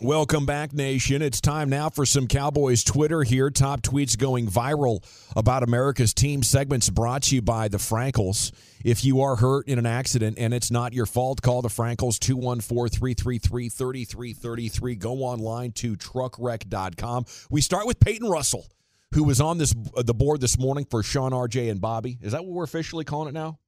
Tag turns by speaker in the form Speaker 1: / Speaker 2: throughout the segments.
Speaker 1: Welcome back, nation. It's time now for some Cowboys Twitter here. Top tweets going viral about America's team segments brought to you by the Frankels. If you are hurt in an accident and it's not your fault, call the Frankels 214 333 3333. Go online to truckwreck.com. We start with Peyton Russell, who was on this uh, the board this morning for Sean, RJ, and Bobby. Is that what we're officially calling it now?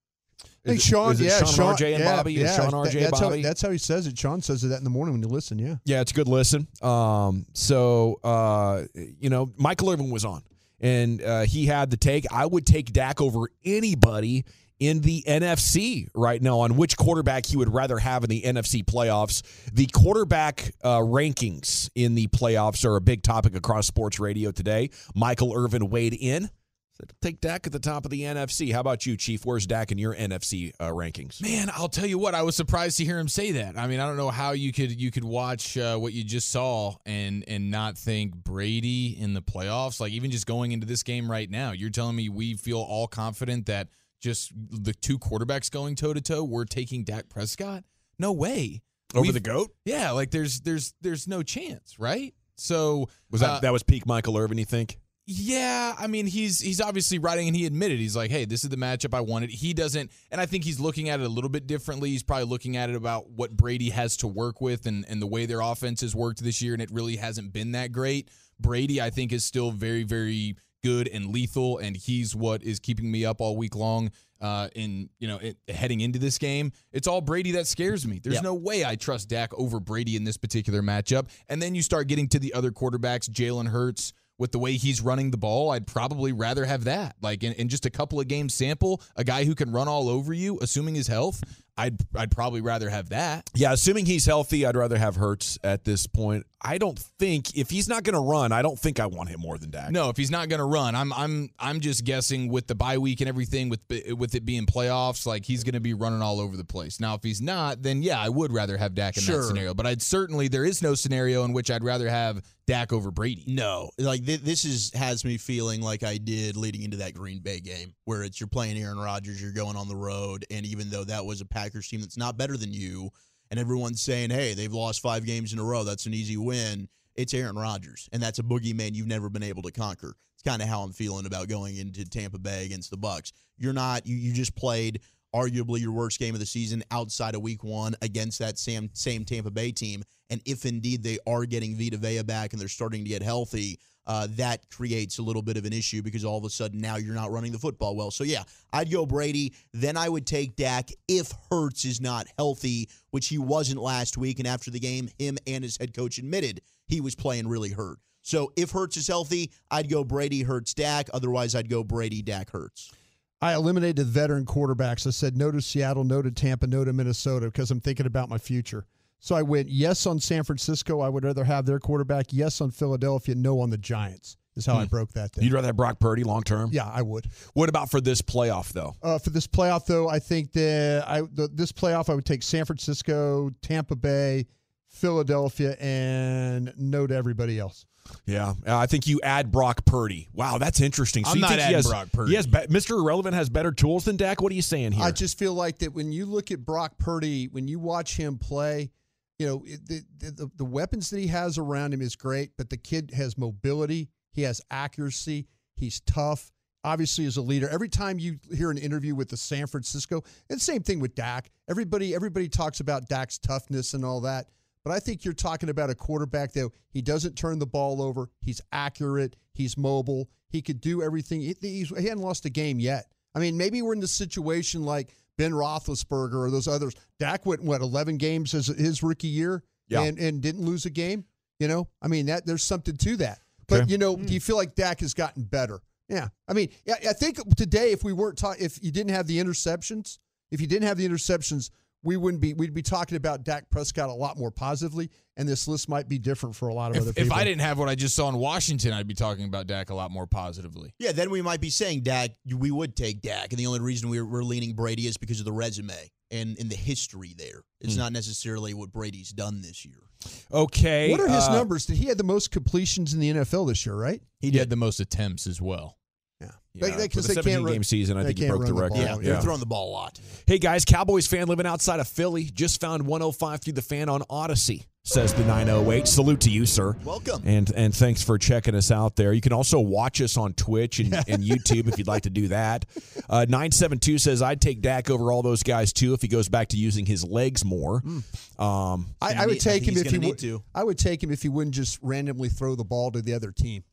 Speaker 2: I think
Speaker 1: Is it-
Speaker 2: Sean,
Speaker 1: is it
Speaker 2: yeah,
Speaker 1: Sean, RJ, and
Speaker 2: yeah,
Speaker 1: Bobby? Is
Speaker 2: yeah,
Speaker 1: Sean,
Speaker 2: that-
Speaker 1: RJ,
Speaker 2: that's how-
Speaker 1: Bobby?
Speaker 2: that's how he says it. Sean says that in the morning when you listen. Yeah,
Speaker 1: Yeah, it's a good listen. Um, so uh, you know, Michael Irvin was on, and uh, he had the take. I would take Dak over anybody in the NFC right now on which quarterback he would rather have in the NFC playoffs. The quarterback uh, rankings in the playoffs are a big topic across sports radio today. Michael Irvin weighed in. Said, Take Dak at the top of the NFC. How about you, Chief? Where's Dak in your NFC uh, rankings?
Speaker 3: Man, I'll tell you what, I was surprised to hear him say that. I mean, I don't know how you could you could watch uh, what you just saw and and not think Brady in the playoffs. Like even just going into this game right now, you're telling me we feel all confident that just the two quarterbacks going toe to toe, we're taking Dak Prescott? No way.
Speaker 1: Over
Speaker 3: We've-
Speaker 1: the goat?
Speaker 3: Yeah, like there's there's there's no chance, right? So
Speaker 1: Was that
Speaker 3: uh,
Speaker 1: that was peak Michael Irvin? You think?
Speaker 3: yeah, I mean he's he's obviously riding and he admitted he's like, hey, this is the matchup I wanted. He doesn't, and I think he's looking at it a little bit differently. He's probably looking at it about what Brady has to work with and and the way their offense has worked this year, and it really hasn't been that great. Brady, I think, is still very very good and lethal, and he's what is keeping me up all week long. Uh, in you know, it, heading into this game, it's all Brady that scares me. There's
Speaker 1: Yeah.
Speaker 3: no way I trust Dak over Brady in this particular matchup. And then you start getting to the other quarterbacks, Jalen Hurts with the way he's running the ball, I'd probably rather have that. Like in, in just a couple of game sample, a guy who can run all over you, assuming his health, I'd I'd probably rather have that.
Speaker 1: Yeah, assuming he's healthy, I'd rather have Hertz at this point. I don't think if he's not going to run, I don't think I want him more than Dak.
Speaker 3: No, if he's not going to run, I'm I'm I'm just guessing with the bye week and everything with with it being playoffs, like he's going to be running all over the place. Now, if he's not, then yeah, I would rather have Dak in
Speaker 4: Sure.
Speaker 3: that scenario. But I'd certainly there is no scenario in which I'd rather have Dak over Brady.
Speaker 4: No, like th- this is has me feeling like I did leading into that Green Bay game, where it's you're playing Aaron Rodgers, you're going on the road, and even though that was a Packers team that's not better than you, and everyone's saying, "Hey, they've lost five games in a row, that's an easy win." It's Aaron Rodgers, and that's a boogeyman you've never been able to conquer. It's kind of how I'm feeling about going into Tampa Bay against the Bucks. You're not you you just played arguably your worst game of the season outside of week one against that same same Tampa Bay team. And if indeed they are getting Vita Vea back and they're starting to get healthy, uh, that creates a little bit of an issue because all of a sudden now you're not running the football well. So yeah, I'd go Brady. Then I would take Dak if Hertz is not healthy, which he wasn't last week. And after the game, him and his head coach admitted he was playing really hurt. So if Hertz is healthy, I'd go Brady Hertz Dak. Otherwise, I'd go Brady Dak Hertz.
Speaker 2: I eliminated the veteran quarterbacks. I said no to Seattle, no to Tampa, no to Minnesota because I'm thinking about my future. So I went yes on San Francisco. I would rather have their quarterback. Yes on Philadelphia. No on the Giants. Is how I broke that down.
Speaker 1: Hmm. You'd rather have Brock Purdy long term.
Speaker 2: Yeah, I would.
Speaker 1: What about for this playoff though?
Speaker 2: Uh, for this playoff, though, I think that I the, this playoff I would take San Francisco, Tampa Bay, Philadelphia, and no to everybody else.
Speaker 1: Yeah, uh, I think you add Brock Purdy. Wow, that's interesting.
Speaker 3: I'm
Speaker 1: you
Speaker 3: not
Speaker 1: think he
Speaker 3: adding
Speaker 1: has-
Speaker 3: Brock Purdy.
Speaker 1: Yes, be- Mr. Irrelevant has better tools than Dak. What are you saying here?
Speaker 2: I just feel like that when you look at Brock Purdy, when you watch him play, you know it, the, the- the the weapons that he has around him is great, but the kid has mobility, he has accuracy, he's tough. Obviously, as a leader, every time you hear an interview with the San Francisco, and same thing with Dak. Everybody everybody talks about Dak's toughness and all that, but I think you're talking about a quarterback that he doesn't turn the ball over. He's accurate. He's mobile. He could do everything. He, he's, he hadn't lost a game yet. I mean, maybe we're in the situation like Ben Roethlisberger or those others. Dak went what eleven games as his rookie year.
Speaker 1: Yeah.
Speaker 2: and and didn't lose a game. You know, I mean that there's something to that. But
Speaker 1: Okay.
Speaker 2: you know, do you feel like Dak has gotten better? Yeah, I mean, yeah, I think today if we weren't ta- if you didn't have the interceptions, if you didn't have the interceptions, we wouldn't be we'd be talking about Dak Prescott a lot more positively, and this list might be different for a lot of other
Speaker 3: If,
Speaker 2: people.
Speaker 3: if I didn't have what I just saw in Washington, I'd be talking about Dak a lot more positively.
Speaker 4: Yeah, then we might be saying Dak. We would take Dak, and the only reason we're, we're leaning Brady is because of the resume and, and the history there.
Speaker 2: Hmm.
Speaker 4: It's not necessarily what Brady's done this year.
Speaker 1: Okay.
Speaker 2: what are his
Speaker 1: uh,
Speaker 2: numbers? Did he had the most completions in the NFL this year? Right?
Speaker 3: He did the most attempts as well.
Speaker 2: Yeah,
Speaker 1: Yeah,
Speaker 2: They- they-
Speaker 1: for
Speaker 2: 'cause they
Speaker 1: the
Speaker 2: can't
Speaker 1: 17
Speaker 2: run-
Speaker 1: game season, I
Speaker 2: they
Speaker 1: think he
Speaker 2: can't
Speaker 1: broke the
Speaker 2: run
Speaker 1: record.
Speaker 2: the
Speaker 4: Yeah,
Speaker 2: Oh,
Speaker 4: they're
Speaker 2: yeah.
Speaker 4: throwing the ball a lot.
Speaker 1: Hey guys, Cowboys fan living outside of Philly just found 105 through the fan on Odyssey. Says the 908. Salute to you, sir.
Speaker 4: Welcome.
Speaker 1: And and thanks for checking us out there. You can also watch us on Twitch and, and YouTube if you'd like to do that. Uh, 972 says I'd take Dak over all those guys too if he goes back to using his legs more. Um,
Speaker 2: I,
Speaker 4: Gonna
Speaker 2: I would
Speaker 4: need- I
Speaker 2: take
Speaker 4: think
Speaker 2: him
Speaker 4: he's
Speaker 2: if he
Speaker 4: gonna need
Speaker 2: would.
Speaker 4: to.
Speaker 2: I would take him if he wouldn't just randomly throw the ball to the other team.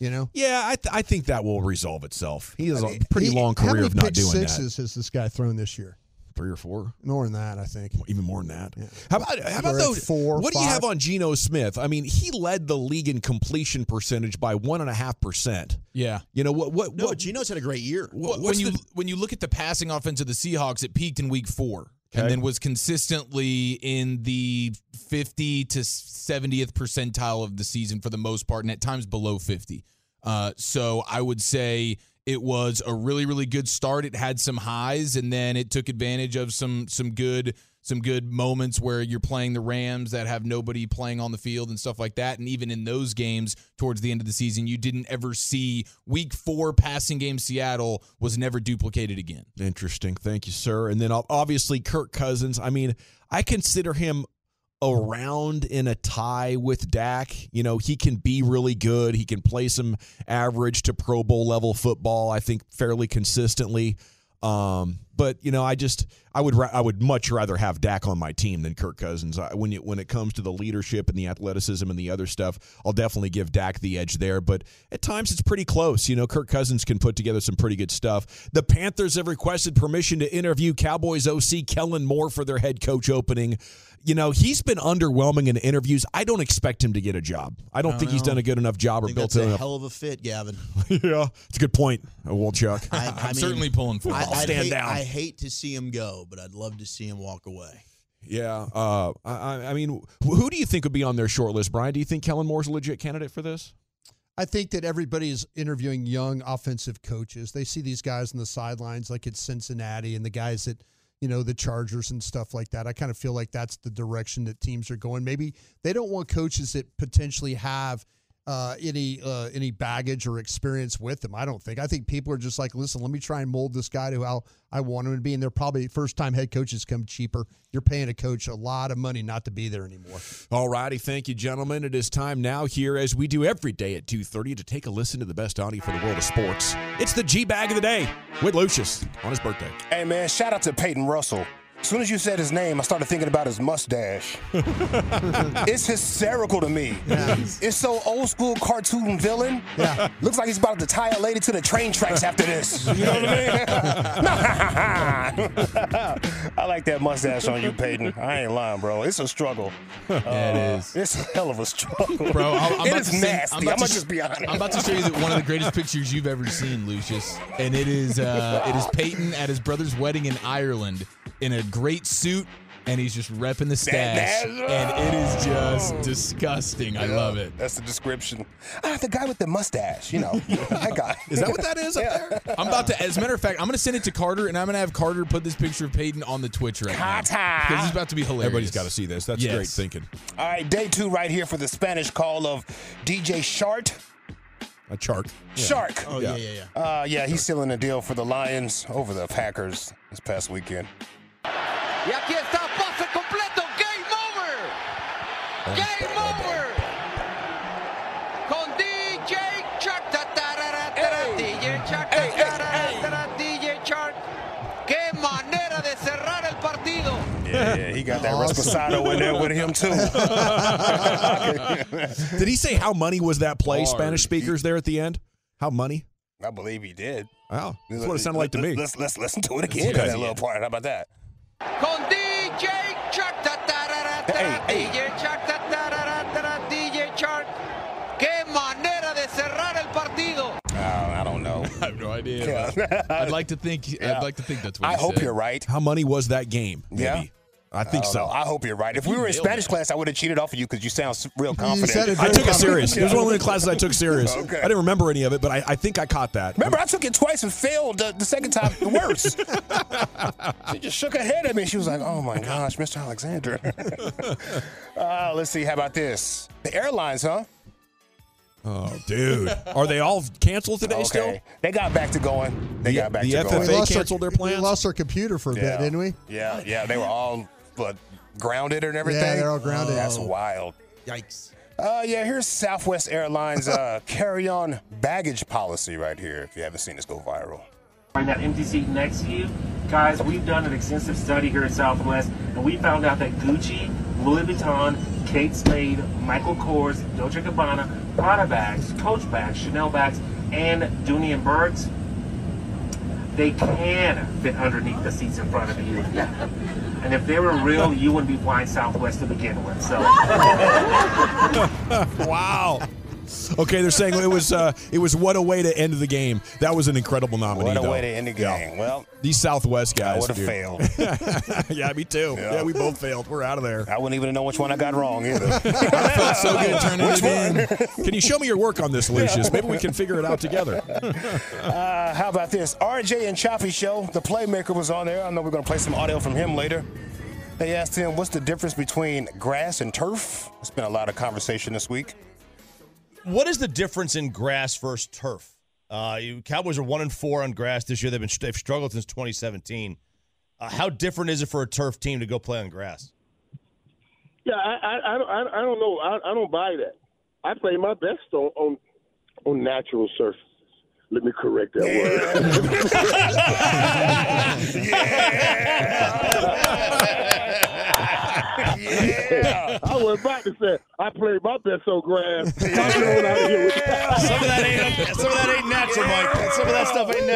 Speaker 2: You know,
Speaker 1: yeah, I, th- I think that will resolve itself. He has
Speaker 2: I
Speaker 1: a
Speaker 2: mean,
Speaker 1: pretty
Speaker 2: he-
Speaker 1: long
Speaker 2: how
Speaker 1: career
Speaker 2: many
Speaker 1: of not
Speaker 2: pick
Speaker 1: doing
Speaker 2: sixes has this guy thrown this year?
Speaker 1: that. Three or four.
Speaker 2: More than that, I think.
Speaker 1: even more than that. How about how about
Speaker 2: We're at
Speaker 1: those
Speaker 2: four,
Speaker 1: What do you have
Speaker 2: five.
Speaker 1: on Geno Smith? I mean, he led the league in completion percentage by one and a half percent.
Speaker 3: Yeah.
Speaker 1: You know what? What?
Speaker 4: No,
Speaker 1: what
Speaker 4: Geno's had a great year.
Speaker 1: What-
Speaker 3: Well,
Speaker 1: what's
Speaker 3: when you
Speaker 1: the-
Speaker 3: when you look at the passing offense of the Seahawks, it peaked in Week Four and then was consistently in the fifty to seventieth percentile of the season for the most part, and at times below fifty. Uh, so I would say it was a really really good start. It had some highs, and then it took advantage of some some good some good moments where you're playing the Rams that have nobody playing on the field and stuff like that. And even in those games towards the end of the season, you didn't ever see week four passing game Seattle was never duplicated again.
Speaker 1: interesting. Thank you, sir. And then ob- obviously Kirk Cousins. I mean, I consider him around in a tie with Dak. You know, he can be really good. He can play some average to Pro Bowl level football. I think fairly consistently. Um, but you know, I just I would ra- I would much rather have Dak on my team than Kirk Cousins. I, when you, when it comes to the leadership and the athleticism and the other stuff, I'll definitely give Dak the edge there. But at times it's pretty close. You know, Kirk Cousins can put together some pretty good stuff. The Panthers have requested permission to interview Cowboys OC Kellen Moore for their head coach opening. You know, he's been underwhelming in interviews. I don't expect him to get a job. I don't think he's done a good enough job
Speaker 4: I
Speaker 1: or
Speaker 4: think
Speaker 1: built
Speaker 4: that's
Speaker 1: it
Speaker 4: a
Speaker 1: enough.
Speaker 4: hell of a fit, Gavin.
Speaker 1: yeah, it's a good point, Wolchuk.
Speaker 4: I,
Speaker 3: I'm
Speaker 4: mean,
Speaker 3: certainly pulling for
Speaker 4: I,
Speaker 3: him.
Speaker 4: I'd
Speaker 1: Stand
Speaker 4: hate,
Speaker 1: down.
Speaker 4: I hate to see him go, but I'd love to see him walk away.
Speaker 1: Yeah. Uh, I- I, I mean, wh- who do you think would be on their short list, Brian? Do you think Kellen Moore's a legit candidate for this?
Speaker 2: I think that everybody is interviewing young offensive coaches. They see these guys on the sidelines, like it's Cincinnati and the guys that, you know, the Chargers and stuff like that. I kind of feel like that's the direction that teams are going. Maybe they don't want coaches that potentially have uh, any uh, any baggage or experience with them. I don't think. I think people are just like, listen, let me try and mold this guy to how I want him to be. And they're probably first time head coaches come cheaper. You're paying a coach a lot of money not to be there anymore.
Speaker 1: All righty. Thank you, gentlemen. It is time now here, as we do every day at 2.30, to take a listen to the best audio for the world of sports. It's the G-Bag of the Day with Lucius on his birthday.
Speaker 5: Hey man, shout out to Peyton Russell. As soon as you said his name, I started thinking about his mustache. it's hysterical to me. It's so old school cartoon villain.
Speaker 2: Yeah.
Speaker 5: Looks like he's about to tie a lady to the train tracks after this. You know what I mean? I like that mustache on you, Peyton. I ain't lying, bro. It's a struggle. Uh,
Speaker 3: Yeah, it is.
Speaker 5: It's a hell of a struggle.
Speaker 3: Bro, I'm, I'm
Speaker 5: It
Speaker 3: about
Speaker 5: is
Speaker 3: to send-
Speaker 5: nasty.
Speaker 3: I'm about
Speaker 5: I'ma
Speaker 3: to-
Speaker 5: just be honest.
Speaker 3: I'm about to show you that one of the greatest pictures you've ever seen, Lucius, and it is uh, it is Peyton at his brother's wedding in Ireland in a great suit, and he's just repping the stash,
Speaker 5: that's-
Speaker 3: and it is just disgusting. I love it.
Speaker 5: Oh. That's the description. Ah, the guy with the mustache, you know. that guy.
Speaker 3: Is that what that is up there? I'm about to. As a matter of fact, I'm going to send it to Carter, and I'm going to have Carter put this picture of Peyton on the Twitch right now
Speaker 5: Carter.
Speaker 3: because he's about to be hilarious.
Speaker 1: Everybody's got to see this. That's
Speaker 3: Yes.
Speaker 1: great thinking.
Speaker 5: All right, day two right here for the Spanish call of DJ Shart.
Speaker 1: A shark.
Speaker 5: Shark.
Speaker 4: Oh yeah, yeah, yeah.
Speaker 5: Uh, yeah, he's sealing a deal for the Lions over the Packers this past weekend.
Speaker 6: Y aquí está, pase completo, game over. Game over. Con DJ Shark. ta, ta, ra, ra, ta, ra, DJ Shark. ta, ta, ra, ra, ta, ra, DJ Shark. Qué manera de cerrar el partido.
Speaker 5: Yeah, yeah, he got that Resposado in there with him too.
Speaker 1: Did he say how money was that play, Spanish speakers there at the end? How money?
Speaker 5: I believe he did.
Speaker 1: Wow. That's what it sounded like to me.
Speaker 5: Let's let's listen to it again.
Speaker 1: Okay.
Speaker 5: That little part. How about that?
Speaker 6: Con DJ Shark. ta, ta, ra, ra, ta, DJ Shark, ta, ta, ra, ra, ta, ra, DJ Shark. ¡Qué manera de cerrar el partido!
Speaker 5: Uh, I don't know.
Speaker 3: I have no idea. but I'd like to think.
Speaker 5: Yeah.
Speaker 3: I'd like to think that's what
Speaker 5: I
Speaker 3: he
Speaker 5: hope
Speaker 3: said.
Speaker 5: you're right.
Speaker 1: How money was that game? Maybe.
Speaker 5: Yeah.
Speaker 1: I think
Speaker 5: don't
Speaker 1: so.
Speaker 5: know. I hope you're right. If
Speaker 3: You
Speaker 5: we were in
Speaker 3: nailed
Speaker 5: Spanish
Speaker 3: it.
Speaker 5: class, I would have cheated off of you because you sound s- real
Speaker 2: You
Speaker 5: confident.
Speaker 2: said it
Speaker 1: I
Speaker 2: very
Speaker 1: took it
Speaker 2: confident.
Speaker 1: serious. It was one of the classes I took serious.
Speaker 5: Okay.
Speaker 1: I didn't remember any of it, but I, I think I caught that.
Speaker 5: Remember, I took it twice and failed the, the second time worse. she just shook her head at me. She was like, oh my gosh, Mr. Alexander. uh, let's see. How about this? The airlines, huh?
Speaker 1: Oh, dude. Are they all canceled today still?
Speaker 5: They got back to going. They
Speaker 1: The-
Speaker 5: got back
Speaker 1: the
Speaker 5: to
Speaker 1: FFA
Speaker 5: going.
Speaker 2: We lost our-
Speaker 1: canceled their plans?
Speaker 2: We lost our computer for a
Speaker 5: Yeah.
Speaker 2: bit, didn't we?
Speaker 5: Yeah, yeah. They were all but grounded and everything.
Speaker 2: they're all grounded.
Speaker 5: That's
Speaker 2: Oh.
Speaker 5: wild.
Speaker 4: Yikes.
Speaker 5: Uh, yeah, here's Southwest Airlines uh, carry-on baggage policy right here. If you haven't seen this, go viral.
Speaker 7: Find that empty seat next to you. Guys, we've done an extensive study here at Southwest, and we found out that Gucci, Louis Vuitton, Kate Spade, Michael Kors, Dolce & Gabbana, Prada bags, Coach bags, Chanel bags, and Dooney and Burks, they can fit underneath the seats in front of you. And if they were real, you wouldn't be flying Southwest to begin with. So
Speaker 1: Wow. Okay, they're saying it was uh, it was what a way to end the game. That was an incredible nominee.
Speaker 5: What a
Speaker 1: though.
Speaker 5: way to end the
Speaker 1: Yeah.
Speaker 5: game. Well,
Speaker 1: These Southwest
Speaker 5: I
Speaker 1: guys.
Speaker 5: would have
Speaker 1: dude.
Speaker 5: failed.
Speaker 1: yeah, me too. Yeah. we both failed. We're out of there.
Speaker 5: I wouldn't even know which one I got wrong either.
Speaker 1: felt so good turning it in. Can you show me your work on this, Lucius? Maybe we can figure it out together.
Speaker 5: Uh, how about this? RJ and Choppy Show, the playmaker was on there. I know we're going to play some audio from him later. They asked him, what's the difference between grass and turf? It's been a lot of conversation this week.
Speaker 8: What is the difference in grass versus turf? Uh, you, Cowboys are one and four on grass this year. They've been they've struggled since 2017. Uh, how different is it for a turf team to go play on grass?
Speaker 9: Yeah, I I I don't, I I don't know. I, I don't buy that. I play my best on on, on natural surfaces. Let me correct that word.
Speaker 5: Yeah.
Speaker 9: I was about to say I played my best on grass. I'm going out here with
Speaker 8: Some of that ain't some of that ain't natural, Mike. Some of that stuff ain't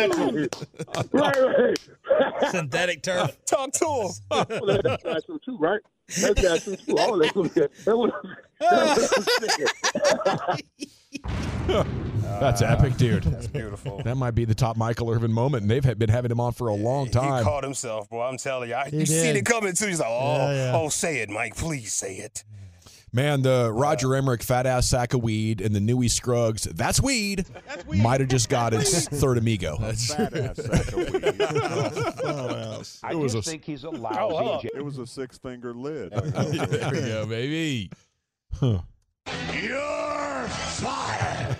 Speaker 8: natural.
Speaker 9: right, right.
Speaker 8: Synthetic turf.
Speaker 5: Talk to him.
Speaker 9: Well, that's natural too, right? That's natural too. All that was- that was-
Speaker 1: That's epic, dude.
Speaker 5: Beautiful.
Speaker 1: That might be the top Michael Irvin moment, and they've had- been having him on for a long
Speaker 5: He
Speaker 1: time.
Speaker 5: caught himself, bro. I'm telling you. I, you
Speaker 2: did.
Speaker 5: seen it coming too. He's like, oh,
Speaker 2: Yeah, yeah.
Speaker 5: oh, say it, Mike. Please say it.
Speaker 1: Man, the Roger Emmerich fat ass sack of weed and the Newey Scruggs, that's weed, might have just got its third amigo.
Speaker 7: I
Speaker 1: It was
Speaker 7: just
Speaker 1: a-
Speaker 7: think he's a lousy
Speaker 5: Oh, hold on.
Speaker 7: j-
Speaker 10: It was a six finger lid.
Speaker 3: There we go, baby.
Speaker 5: You're fired.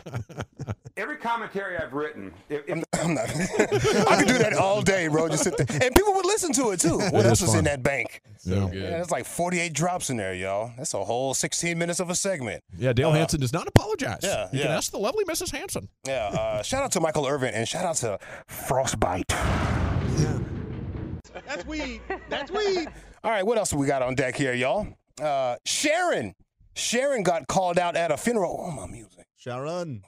Speaker 7: Every commentary I've written, if, if
Speaker 5: I'm not. I could do that all day, bro. Just sit there. And people would listen to it too. What
Speaker 1: It
Speaker 5: else
Speaker 1: is
Speaker 5: was in
Speaker 1: fun.
Speaker 5: that bank?
Speaker 1: yeah.
Speaker 5: Yeah, there's like 48 drops in there, y'all. That's a whole 16 minutes of a segment.
Speaker 1: Yeah, Dale
Speaker 3: Uh,
Speaker 1: Hansen does not apologize.
Speaker 5: yeah,
Speaker 1: you can
Speaker 5: yeah.
Speaker 1: ask the lovely Mrs. Hansen.
Speaker 5: Yeah. Uh, shout out to Michael Irvin and shout out to Frostbite.
Speaker 7: that's weed. That's weed.
Speaker 5: All right, what else we got on deck here, y'all? Uh, Sharon. Sharon got called out at a funeral. Oh, my music.
Speaker 4: Sharon.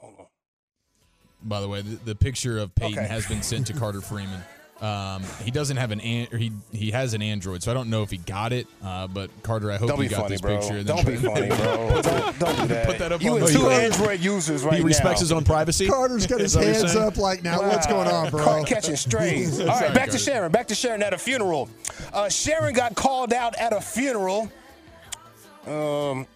Speaker 3: By the way, the, the picture of Peyton
Speaker 5: Okay.
Speaker 3: has been sent to Carter Freeman. Um, he doesn't have an, an or he he has an Android, so I don't know if he got it. Uh, but Carter, I hope
Speaker 5: Don't
Speaker 3: you
Speaker 5: be
Speaker 3: got
Speaker 5: funny,
Speaker 3: this
Speaker 5: bro.
Speaker 3: picture. and then
Speaker 5: Don't be
Speaker 3: try-
Speaker 5: funny, bro. Don't, don't do that.
Speaker 3: Put that up
Speaker 5: you
Speaker 3: on
Speaker 5: and
Speaker 3: the-
Speaker 5: two Android users right
Speaker 1: he respects his own privacy.
Speaker 2: Carter's got his
Speaker 1: Is that what you're
Speaker 2: hands
Speaker 1: saying?
Speaker 2: up like, now what's going on, bro?
Speaker 5: Caught catching strays. All right,
Speaker 3: Sorry,
Speaker 5: back to
Speaker 3: Carter.
Speaker 5: Sharon. Back to Sharon at a funeral. Uh, Sharon got called out at a funeral. Um,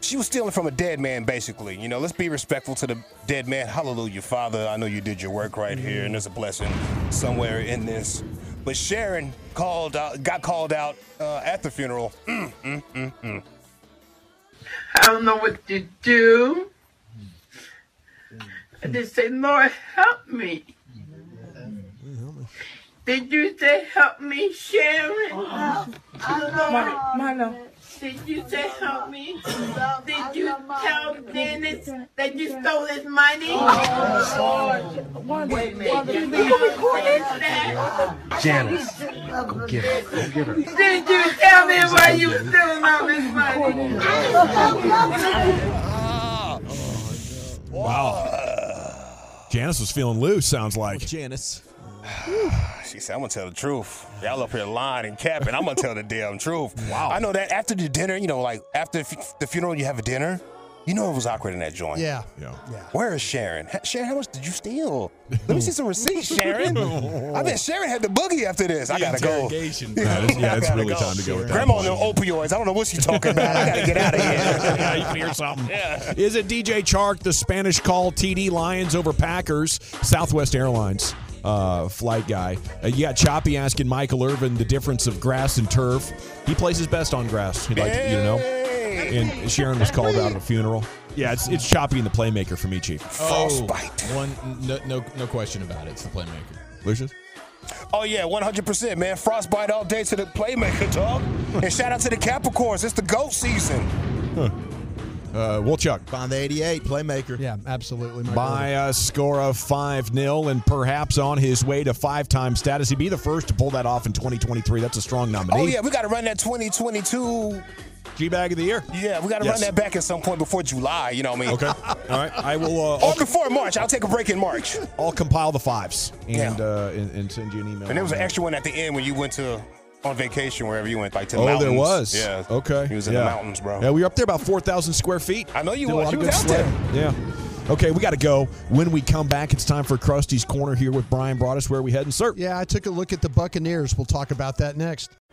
Speaker 5: she was stealing from a dead man, basically. You know, let's be respectful to the dead man. Hallelujah, Father. I know you did your work right here, and there's a blessing somewhere in this. But Sharon called out, got called out uh, at the funeral. Mm, mm, mm, mm.
Speaker 7: I don't know what to do. I just say, Lord, help me. Did you say help me, Sharon? Marlo, Marlo. Did you say help me? Did you tell Dennis that you stole his money? Wait a minute. You recorded that?
Speaker 6: Janice, go get her. Go get her.
Speaker 7: Did you tell me why you stealing all his money?
Speaker 1: Janice was feeling loose, sounds like.
Speaker 4: Janice.
Speaker 5: She said, I'm gonna tell the truth. Y'all up here lying and capping. I'm gonna tell the damn truth. Wow. I know that after the dinner, you know, like after the fu- the funeral, you have a dinner. You know it was awkward in that joint.
Speaker 2: Yeah.
Speaker 1: Yeah.
Speaker 5: Where is Sharon? Ha- Sharon, how much did you steal? Let me see some receipts, Sharon. I bet Sharon had the boogie after this. I
Speaker 3: The
Speaker 5: gotta go.
Speaker 3: interrogation.
Speaker 1: Yeah, it's- yeah, it's
Speaker 5: I gotta
Speaker 1: really time to go at that
Speaker 5: Grandma
Speaker 1: point.
Speaker 5: on them opioids. I don't know what she's talking about. I gotta get out of here.
Speaker 1: yeah, you can hear something. Is it DJ Chark, the Spanish call TD Lions over Packers, Southwest Airlines uh, flight guy? Uh, you got Choppy asking Michael Irvin the difference of grass and turf. He plays his best on grass, he'd like to- you to know. And Sharon was called out at a funeral. Yeah, it's, it's Choppy and the Playmaker for me, Chief.
Speaker 5: Frostbite.
Speaker 3: One, no, no, no question about it. It's the playmaker.
Speaker 1: Lucius?
Speaker 5: Oh yeah, 100%, man. Frostbite all day to the playmaker, dog. and shout out to the Capricorns. It's the goat season.
Speaker 1: Uh, Wolchuk.
Speaker 4: Bond the 88, playmaker.
Speaker 2: Yeah, absolutely.
Speaker 1: by a score of 5 0 and perhaps on his way to five time status. He'd be the first to pull that off in 2023. That's a strong nominee.
Speaker 5: Oh yeah, we gotta run that 2022
Speaker 1: G Bag of the Year.
Speaker 5: Yeah, we gotta
Speaker 1: Yes.
Speaker 5: run that back at some point before July. You know what I mean?
Speaker 1: Okay. All right. I will. Uh,
Speaker 5: Or before March. I'll take a break in March.
Speaker 1: I'll compile the fives
Speaker 5: Yeah.
Speaker 1: and, uh, and and send you an email.
Speaker 5: And there was
Speaker 1: on
Speaker 5: an
Speaker 1: that.
Speaker 5: extra one at the end when you went to on vacation wherever you went, like to the
Speaker 1: Oh,
Speaker 5: mountains.
Speaker 1: there was.
Speaker 5: Yeah.
Speaker 1: Okay.
Speaker 5: He was in
Speaker 1: Yeah.
Speaker 5: the mountains, bro.
Speaker 1: Yeah, we were up there about four thousand square feet. I
Speaker 5: know you
Speaker 1: Did a
Speaker 5: was.
Speaker 1: lot
Speaker 5: You
Speaker 1: of
Speaker 5: was
Speaker 1: good
Speaker 5: out
Speaker 1: sledding. Yeah. Okay, we got to go. When we come back, it's time for Krusty's Corner here with Brian Broadus. Where are we heading, sir?
Speaker 2: Yeah, I took a look at the Buccaneers. We'll talk about that next.